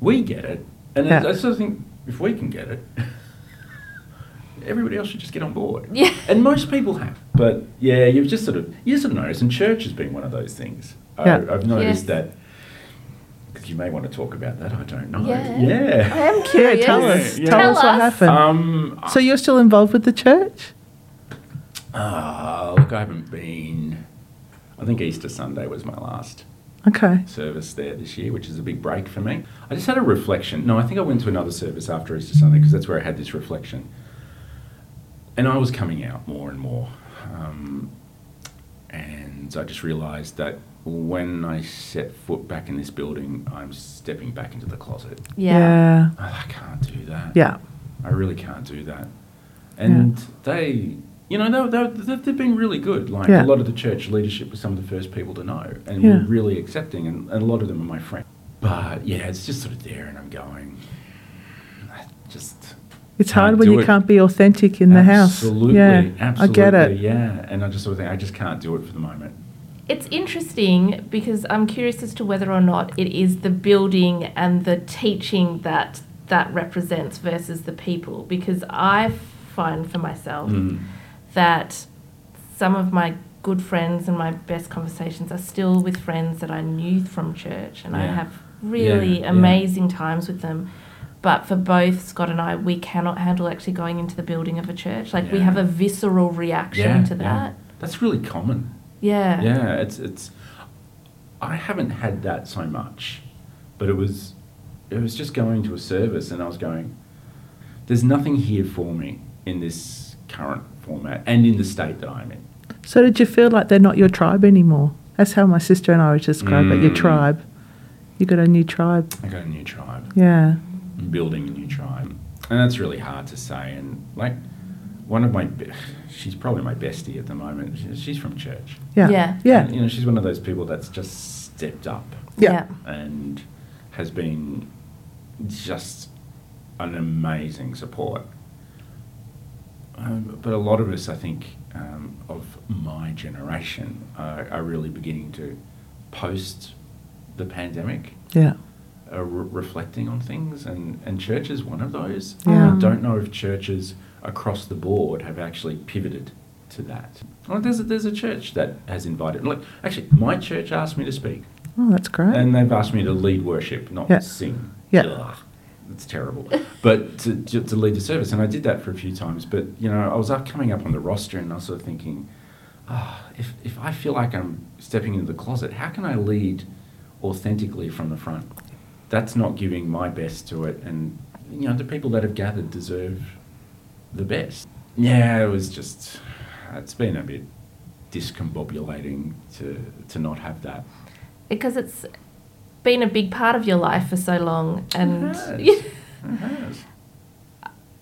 Speaker 3: We get it. And
Speaker 2: Yeah.
Speaker 3: I sort of think, if we can get it, (laughs) everybody else should just get on board.
Speaker 1: Yeah.
Speaker 3: And most people have. But yeah, you've just sort of, you sort of notice, and church has been one of those things.
Speaker 2: Yeah.
Speaker 3: I, I've noticed
Speaker 1: Yes.
Speaker 3: that you may want to talk about that. I don't know.
Speaker 1: Yeah.
Speaker 3: Yeah.
Speaker 1: I am
Speaker 2: Yeah,
Speaker 1: curious.
Speaker 2: tell us.
Speaker 3: Yeah,
Speaker 2: Tell,
Speaker 1: yeah.
Speaker 2: us
Speaker 1: Tell
Speaker 2: what
Speaker 1: us.
Speaker 2: happened.
Speaker 3: Um,
Speaker 2: so you're still involved with the church?
Speaker 3: uh, look, I haven't been. I think Easter Sunday was my last
Speaker 2: Okay.
Speaker 3: service there this year, which is a big break for me. I just had a reflection. No, I think I went to another service after Easter Sunday because that's where I had this reflection. And I was coming out more and more. Um, and I just realised that when I set foot back in this building, I'm stepping back into the closet.
Speaker 1: Yeah.
Speaker 3: Oh, I can't do that.
Speaker 2: Yeah.
Speaker 3: I really can't do that. And they, you know, they, they, they, they've been really good. Like
Speaker 2: Yeah.
Speaker 3: a lot of the church leadership were some of the first people to know and
Speaker 2: Yeah.
Speaker 3: were really accepting, and, and a lot of them are my friends. But yeah, it's just sort of there, and I'm going, I just.
Speaker 2: It's
Speaker 3: Can't
Speaker 2: hard when
Speaker 3: do
Speaker 2: you
Speaker 3: it.
Speaker 2: can't be authentic in the house.
Speaker 3: Absolutely.
Speaker 2: Yeah,
Speaker 3: Absolutely.
Speaker 2: I get it.
Speaker 3: Yeah. And I just sort of think, I just can't do it for the moment.
Speaker 1: It's interesting because I'm curious as to whether or not it is the building and the teaching that that represents versus the people. Because I find for myself
Speaker 3: Mm.
Speaker 1: that some of my good friends and my best conversations are still with friends that I knew from church, and I
Speaker 3: Yeah.
Speaker 1: have really
Speaker 3: Yeah, yeah.
Speaker 1: amazing times with them. But for both Scott and I, we cannot handle actually going into the building of a church. Like we
Speaker 3: Yeah.
Speaker 1: have a visceral reaction
Speaker 3: Yeah,
Speaker 1: to
Speaker 3: yeah.
Speaker 1: that.
Speaker 3: That's really common.
Speaker 1: Yeah.
Speaker 3: Yeah, it's it's. I haven't had that so much, but it was, it was just going to a service and I was going. There's nothing here for me in this current format and in the state that I'm in.
Speaker 2: So did you feel like they're not your tribe anymore? That's how my sister and I would describe it. Your
Speaker 3: Mm.
Speaker 2: tribe. You got a new tribe.
Speaker 3: I got a new tribe,
Speaker 2: Yeah.
Speaker 3: I'm building a new tribe, and that's really hard to say. And like, one of my, be- she's probably my bestie at the moment. She- She's from church.
Speaker 2: Yeah.
Speaker 1: Yeah.
Speaker 2: Yeah.
Speaker 3: And, you know, she's one of those people that's just stepped up.
Speaker 2: Yeah.
Speaker 3: and has been just an amazing support. Um, but a lot of us, I think, um, of my generation are, are really beginning to post the pandemic,
Speaker 2: Yeah.
Speaker 3: are re- reflecting on things, and, and church is one of those.
Speaker 2: Yeah.
Speaker 3: I don't know if churches across the board have actually pivoted to that. Well, there's a, there's a church that has invited. Look, actually, my church asked me to speak.
Speaker 2: Oh, that's great.
Speaker 3: And they've asked me to lead worship, not
Speaker 2: Yeah.
Speaker 3: sing.
Speaker 2: Yeah.
Speaker 3: Ugh, that's terrible. But to, to, to lead the service. And I did that for a few times. But, you know, I was up coming up on the roster and I was sort of thinking, ah, if, if I feel like I'm stepping into the closet, how can I lead authentically from the front? That's not giving my best to it. And, you know, the people that have gathered deserve the best. Yeah, it was just, it's been a bit discombobulating to, to not have that.
Speaker 1: Because it's been a big part of your life for so long, and (laughs)
Speaker 3: It has. It has.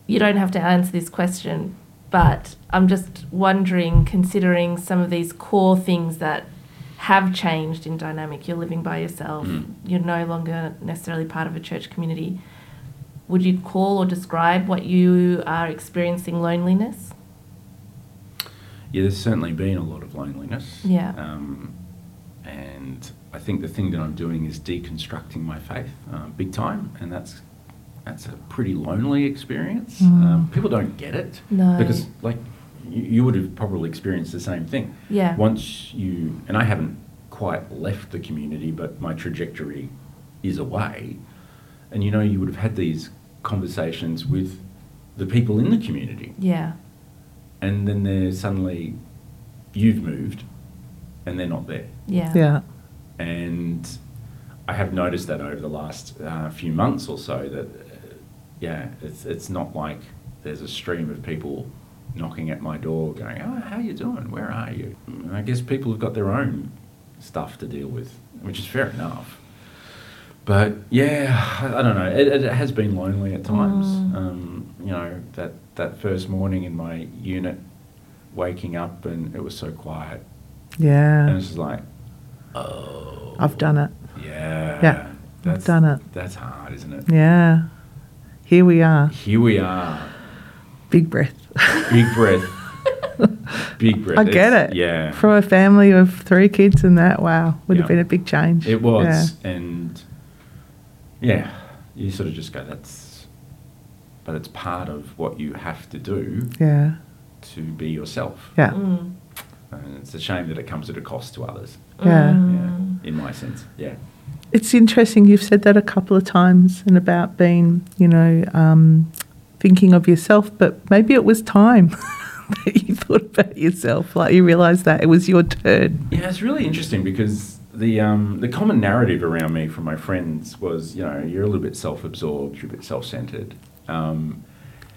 Speaker 1: you don't have to answer this question, but I'm just wondering, considering some of these core things that have changed in dynamic, you're living by yourself,
Speaker 3: Mm.
Speaker 1: you're no longer necessarily part of a church community. Would you call or describe what you are experiencing loneliness?
Speaker 3: Yeah, there's certainly been a lot of loneliness.
Speaker 1: Yeah.
Speaker 3: Um, and I think the thing that I'm doing is deconstructing my faith, uh, big time, and that's that's a pretty lonely experience. Um, people don't get it
Speaker 1: Mm. No.
Speaker 3: because, like, you, you would have probably experienced the same thing.
Speaker 1: Yeah.
Speaker 3: Once you and I haven't quite left the community, but my trajectory is away, and you know, you would have had these conversations with the people in the community
Speaker 1: Yeah.
Speaker 3: and then they're suddenly you've moved and they're not there
Speaker 1: Yeah.
Speaker 2: yeah.
Speaker 3: and i have noticed that over the last uh, few months or so that uh, yeah it's it's not like there's a stream of people knocking at my door going oh how you doing where are you and i guess people have got their own stuff to deal with which is fair enough but yeah, I, I don't know. It, it has been lonely at times. Um, you know that that first morning in my unit, waking up and it was so quiet, and
Speaker 2: Yeah.
Speaker 3: it's just like, oh.
Speaker 2: I've done it.
Speaker 3: yeah,
Speaker 2: Yeah,
Speaker 3: that's
Speaker 2: done it.
Speaker 3: That's hard, isn't it?
Speaker 2: Yeah. Here we are.
Speaker 3: Here we are,
Speaker 2: Big breath.
Speaker 3: big
Speaker 2: (laughs)
Speaker 3: breath, big breath.
Speaker 2: I get
Speaker 3: It's-
Speaker 2: it.
Speaker 3: Yeah,
Speaker 2: From a family of three kids and that, wow, would have
Speaker 3: Yeah.
Speaker 2: been a big change.
Speaker 3: It was, and yeah, you sort of just go, that's, but it's part of what you have to do
Speaker 2: Yeah.
Speaker 3: to be yourself.
Speaker 2: Yeah. Yeah.
Speaker 1: Mm.
Speaker 3: And it's a shame that it comes at a cost to others,
Speaker 2: yeah.
Speaker 3: yeah, in my sense. Yeah.
Speaker 2: It's interesting. You've said that a couple of times, and about being, you know, um, thinking of yourself. But maybe it was time (laughs) that you thought about yourself. Like you realised that it was your turn.
Speaker 3: Yeah, it's really interesting because the um, the common narrative around me from my friends was, you know, you're a little bit self-absorbed, you're a bit self-centered. Um,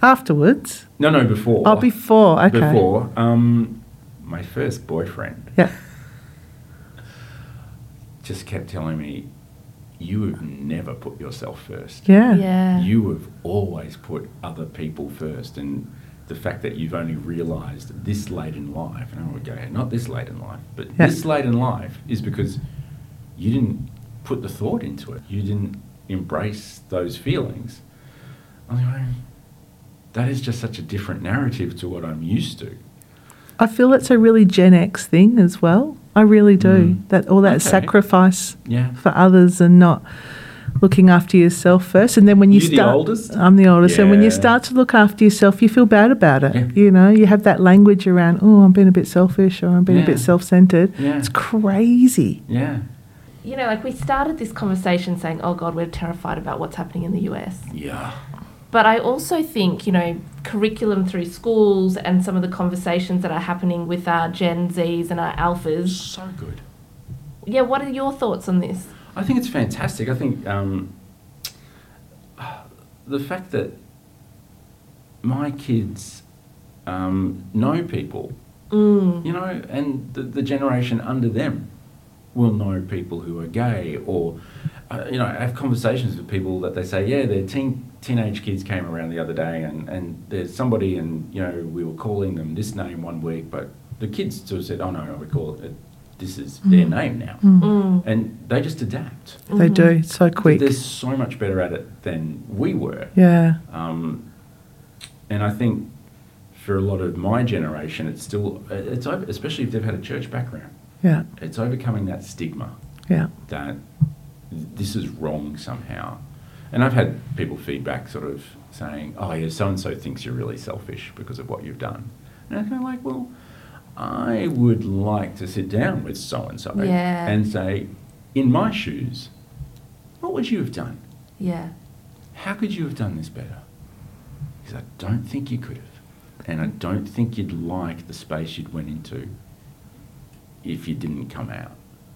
Speaker 2: Afterwards,
Speaker 3: no, no, before.
Speaker 2: oh, before, okay,
Speaker 3: Before, um, my first boyfriend
Speaker 2: yeah,
Speaker 3: just kept telling me, "You have never put yourself first.
Speaker 2: yeah,
Speaker 1: Yeah.
Speaker 3: You have always put other people first, and the fact that you've only realised this late in life, and I would go, not this late in life, but
Speaker 2: Yeah.
Speaker 3: this late in life is because you didn't put the thought into it. You didn't embrace those feelings. I was going, that is just such a different narrative to what I'm used to.
Speaker 2: I feel it's a really Gen X thing as well. I really do.
Speaker 3: Mm.
Speaker 2: That all that
Speaker 3: Okay.
Speaker 2: sacrifice
Speaker 3: Yeah.
Speaker 2: for others and not looking after yourself first. And then when you
Speaker 3: You the
Speaker 2: start,
Speaker 3: oldest?
Speaker 2: I'm the oldest. And when you
Speaker 3: Yeah.
Speaker 2: start to look after yourself, you feel bad about it.
Speaker 3: Yeah.
Speaker 2: You know, you have that language around, oh, I'm being a bit selfish or I'm being a
Speaker 3: Yeah.
Speaker 2: bit self-centered.
Speaker 3: Yeah.
Speaker 2: It's crazy.
Speaker 3: Yeah.
Speaker 1: You know, like we started this conversation saying, oh God, we're terrified about what's happening in the US.
Speaker 3: Yeah.
Speaker 1: But I also think, you know, curriculum through schools and some of the conversations that are happening with our Gen Zs and our Alphas.
Speaker 3: So good.
Speaker 1: Yeah, what are your thoughts on this?
Speaker 3: I think it's fantastic. I think um, the fact that my kids um, know people,
Speaker 1: Mm.
Speaker 3: you know, and the, the generation under them will know people who are gay or, uh, you know, I have conversations with people that they say, yeah, their teen, teenage kids came around the other day and, and there's somebody and, you know, we were calling them this name one week, but the kids sort of said, oh no, we call it, this is their name now.
Speaker 1: Mm.
Speaker 3: And they just adapt.
Speaker 2: They do. It's so quick.
Speaker 3: They're so much better at it than we were.
Speaker 2: yeah.
Speaker 3: Um, and I think for a lot of my generation, it's still, uh, it's over, especially if they've had a church background,
Speaker 2: Yeah.
Speaker 3: it's overcoming that stigma
Speaker 2: Yeah.
Speaker 3: that this is wrong somehow. And I've had people feedback sort of saying, oh, yeah, so and so thinks you're really selfish because of what you've done. And I'm kind of like, well, I would like to sit down with so and so
Speaker 1: Yeah.
Speaker 3: and say, in my shoes, what would you have done?
Speaker 1: Yeah.
Speaker 3: How could you have done this better? Because I don't think you could have. And I don't think you'd like the space you'd went into if you didn't come out.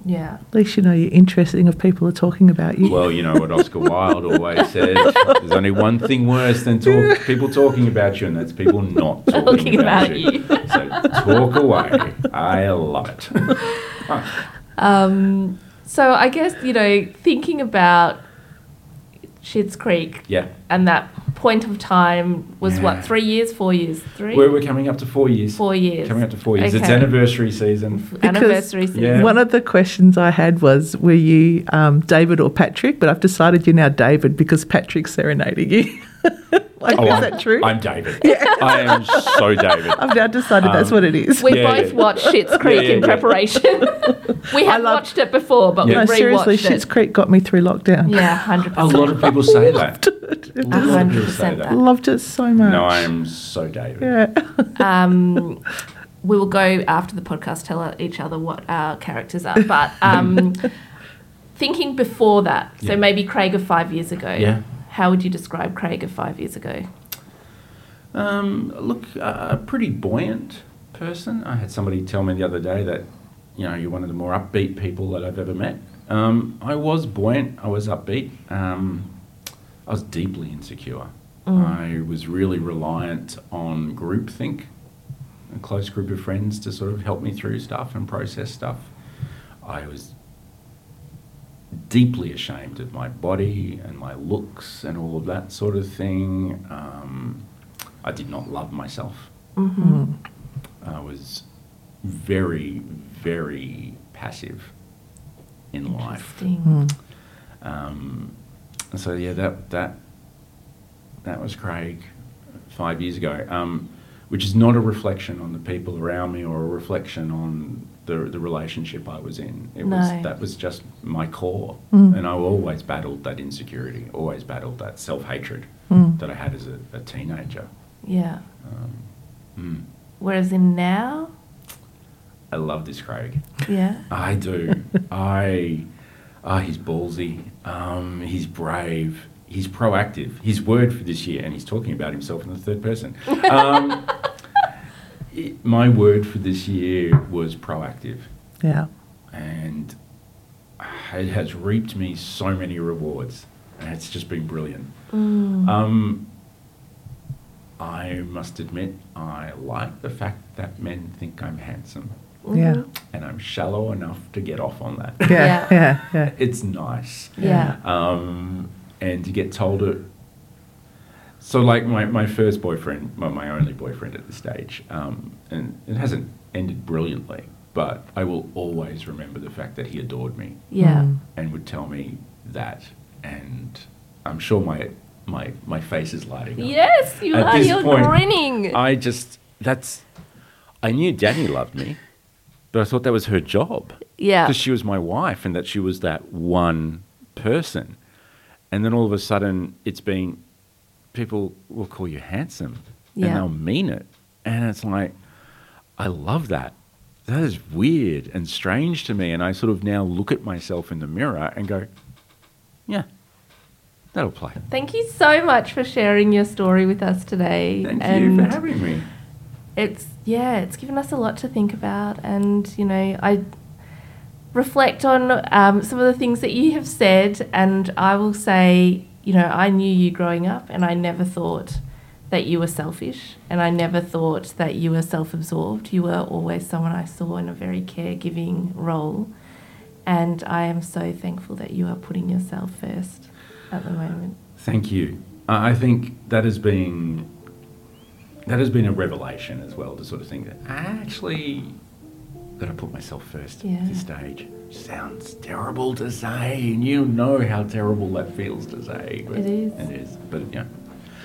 Speaker 1: Yeah.
Speaker 2: At least you know you're interesting if people are talking about you.
Speaker 3: Well, you know what Oscar Wilde always says. There's only one thing worse than talk, people talking about you, and that's people not talking,
Speaker 1: Talking
Speaker 3: about,
Speaker 1: about
Speaker 3: you.
Speaker 1: you.
Speaker 3: So talk away. I love it.
Speaker 1: Um, so I guess, you know, thinking about Schitt's Creek
Speaker 3: yeah.
Speaker 1: and that point of time was
Speaker 3: Yeah.
Speaker 1: what, three years, four years? 3
Speaker 3: We're, we're coming up to four years.
Speaker 1: four years.
Speaker 3: Coming up to four years. It's
Speaker 1: Okay.
Speaker 3: anniversary season.
Speaker 1: Anniversary season.
Speaker 3: Yeah.
Speaker 2: One of the questions I had was, were you um, David or Patrick? But I've decided you're now David because Patrick's serenading you. (laughs) like,
Speaker 3: Oh,
Speaker 2: is
Speaker 3: I'm,
Speaker 2: that true? i
Speaker 1: (laughs)
Speaker 3: I'm David. I am so David.
Speaker 2: have now decided that's
Speaker 3: Um,
Speaker 2: what it is.
Speaker 1: We
Speaker 3: Yeah,
Speaker 1: both
Speaker 3: yeah.
Speaker 1: watched Shit's Creek
Speaker 3: yeah,
Speaker 1: in
Speaker 3: yeah.
Speaker 1: preparation.
Speaker 3: (laughs)
Speaker 1: we had
Speaker 2: love-
Speaker 1: watched it before, but
Speaker 3: Yeah.
Speaker 2: no,
Speaker 1: we rewatched
Speaker 2: seriously,
Speaker 1: it.
Speaker 2: Shit's Creek got me through lockdown.
Speaker 1: yeah, hundred
Speaker 3: A
Speaker 1: percent.
Speaker 3: lot of people say that.
Speaker 1: A
Speaker 3: A lot of
Speaker 1: hundred
Speaker 3: people say
Speaker 1: percent
Speaker 3: that.
Speaker 1: that.
Speaker 2: Loved it so much.
Speaker 3: No, I am so David.
Speaker 2: Yeah.
Speaker 3: Oh.
Speaker 1: Um, we will go after the podcast. Tell each other what our characters are.
Speaker 3: (laughs)
Speaker 1: But um, thinking before that, so
Speaker 3: Yeah.
Speaker 1: maybe Craig of five years ago.
Speaker 3: Yeah.
Speaker 1: How would you describe Craig of five years ago?
Speaker 3: Um, look, uh, a pretty buoyant person. I had somebody tell me the other day that, you know, you're one of the more upbeat people that I've ever met. Um, I was buoyant. I was upbeat. Um, I was deeply insecure. I was really reliant on groupthink, a close group of friends to sort of help me through stuff and process stuff. I was deeply ashamed of my body and my looks and all of that sort of thing. Um, I did not love myself. I was very, very passive in life.
Speaker 1: Interesting.
Speaker 3: Um, and so yeah, that that that was Craig five years ago, um, which is not a reflection on the people around me or a reflection on the the relationship I was in. It was
Speaker 1: No.
Speaker 3: that was just my core, and I always battled that insecurity, always battled that self hatred that I had as a, a teenager.
Speaker 1: Yeah.
Speaker 3: Um, Mm.
Speaker 1: Whereas in now,
Speaker 3: I love this Craig.
Speaker 1: yeah.
Speaker 3: I do. I Ah, he's ballsy. Um, he's brave. He's proactive. His word for this year, and he's talking about himself in the third person. Um, it- my word for this year was proactive,
Speaker 2: Yeah.
Speaker 3: and it has reaped me so many rewards, and it's just been brilliant. Um, I must admit, I like the fact that men think I'm handsome,
Speaker 2: Yeah.
Speaker 3: and I'm shallow enough to get off on that.
Speaker 2: Yeah.
Speaker 3: (laughs)
Speaker 1: Yeah.
Speaker 2: Yeah. Yeah.
Speaker 3: it's nice
Speaker 1: Yeah.
Speaker 3: um, and to get told it. So, like my, my first boyfriend, well, my only boyfriend at this stage, um, and it hasn't ended brilliantly, but I will always remember the fact that he adored me
Speaker 1: Yeah.
Speaker 2: Mm.
Speaker 3: and would tell me that. And I'm sure my my my face is lighting up.
Speaker 1: Yes, you
Speaker 3: At
Speaker 1: are.
Speaker 3: this
Speaker 1: You're
Speaker 3: point,
Speaker 1: grinning.
Speaker 3: I just that's I knew Danny loved me, but I thought that was her job
Speaker 1: yeah.
Speaker 3: because she was my wife and that she was that one person. And then all of a sudden, it's been people will call you handsome
Speaker 1: Yeah.
Speaker 3: and they'll mean it. And it's like, I love that. That is weird and strange to me. And I sort of now look at myself in the mirror and go, yeah, that'll play.
Speaker 1: Thank you so much for sharing your story with us today.
Speaker 3: Thank
Speaker 1: and
Speaker 3: you for having me.
Speaker 1: it's yeah, it's given us a lot to think about, and you know, I reflect on um, some of the things that you have said, and I will say, you know, I knew you growing up, and I never thought that you were selfish, and I never thought that you were self-absorbed. You were always someone I saw in a very caregiving role, and I am so thankful that you are putting yourself first at the moment.
Speaker 3: Thank you. I I think that has been that has been a revelation as well to sort of think that I actually got to put myself first
Speaker 1: Yeah.
Speaker 3: at this stage. Sounds terrible to say, and you know how terrible that feels to say. But
Speaker 1: It is.
Speaker 3: It is. But yeah,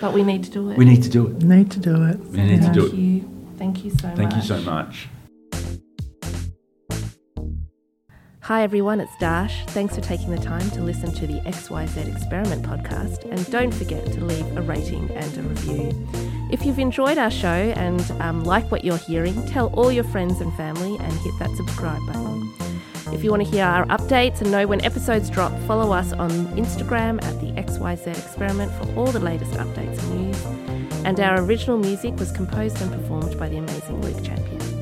Speaker 1: But we need to do it.
Speaker 3: we need to do it.
Speaker 2: Need to do it.
Speaker 3: We need to
Speaker 1: Thank
Speaker 3: do it.
Speaker 1: you. Thank you so much.
Speaker 3: Thank you so much.
Speaker 1: Hi everyone, it's Dash. Thanks for taking the time to listen to the XYZ Experiment podcast and don't forget to leave a rating and a review. If you've enjoyed our show and um, like what you're hearing, tell all your friends and family and hit that subscribe button. If you want to hear our updates and know when episodes drop, follow us on Instagram at the XYZ Experiment for all the latest updates and news. And our original music was composed and performed by the amazing Luke Champion.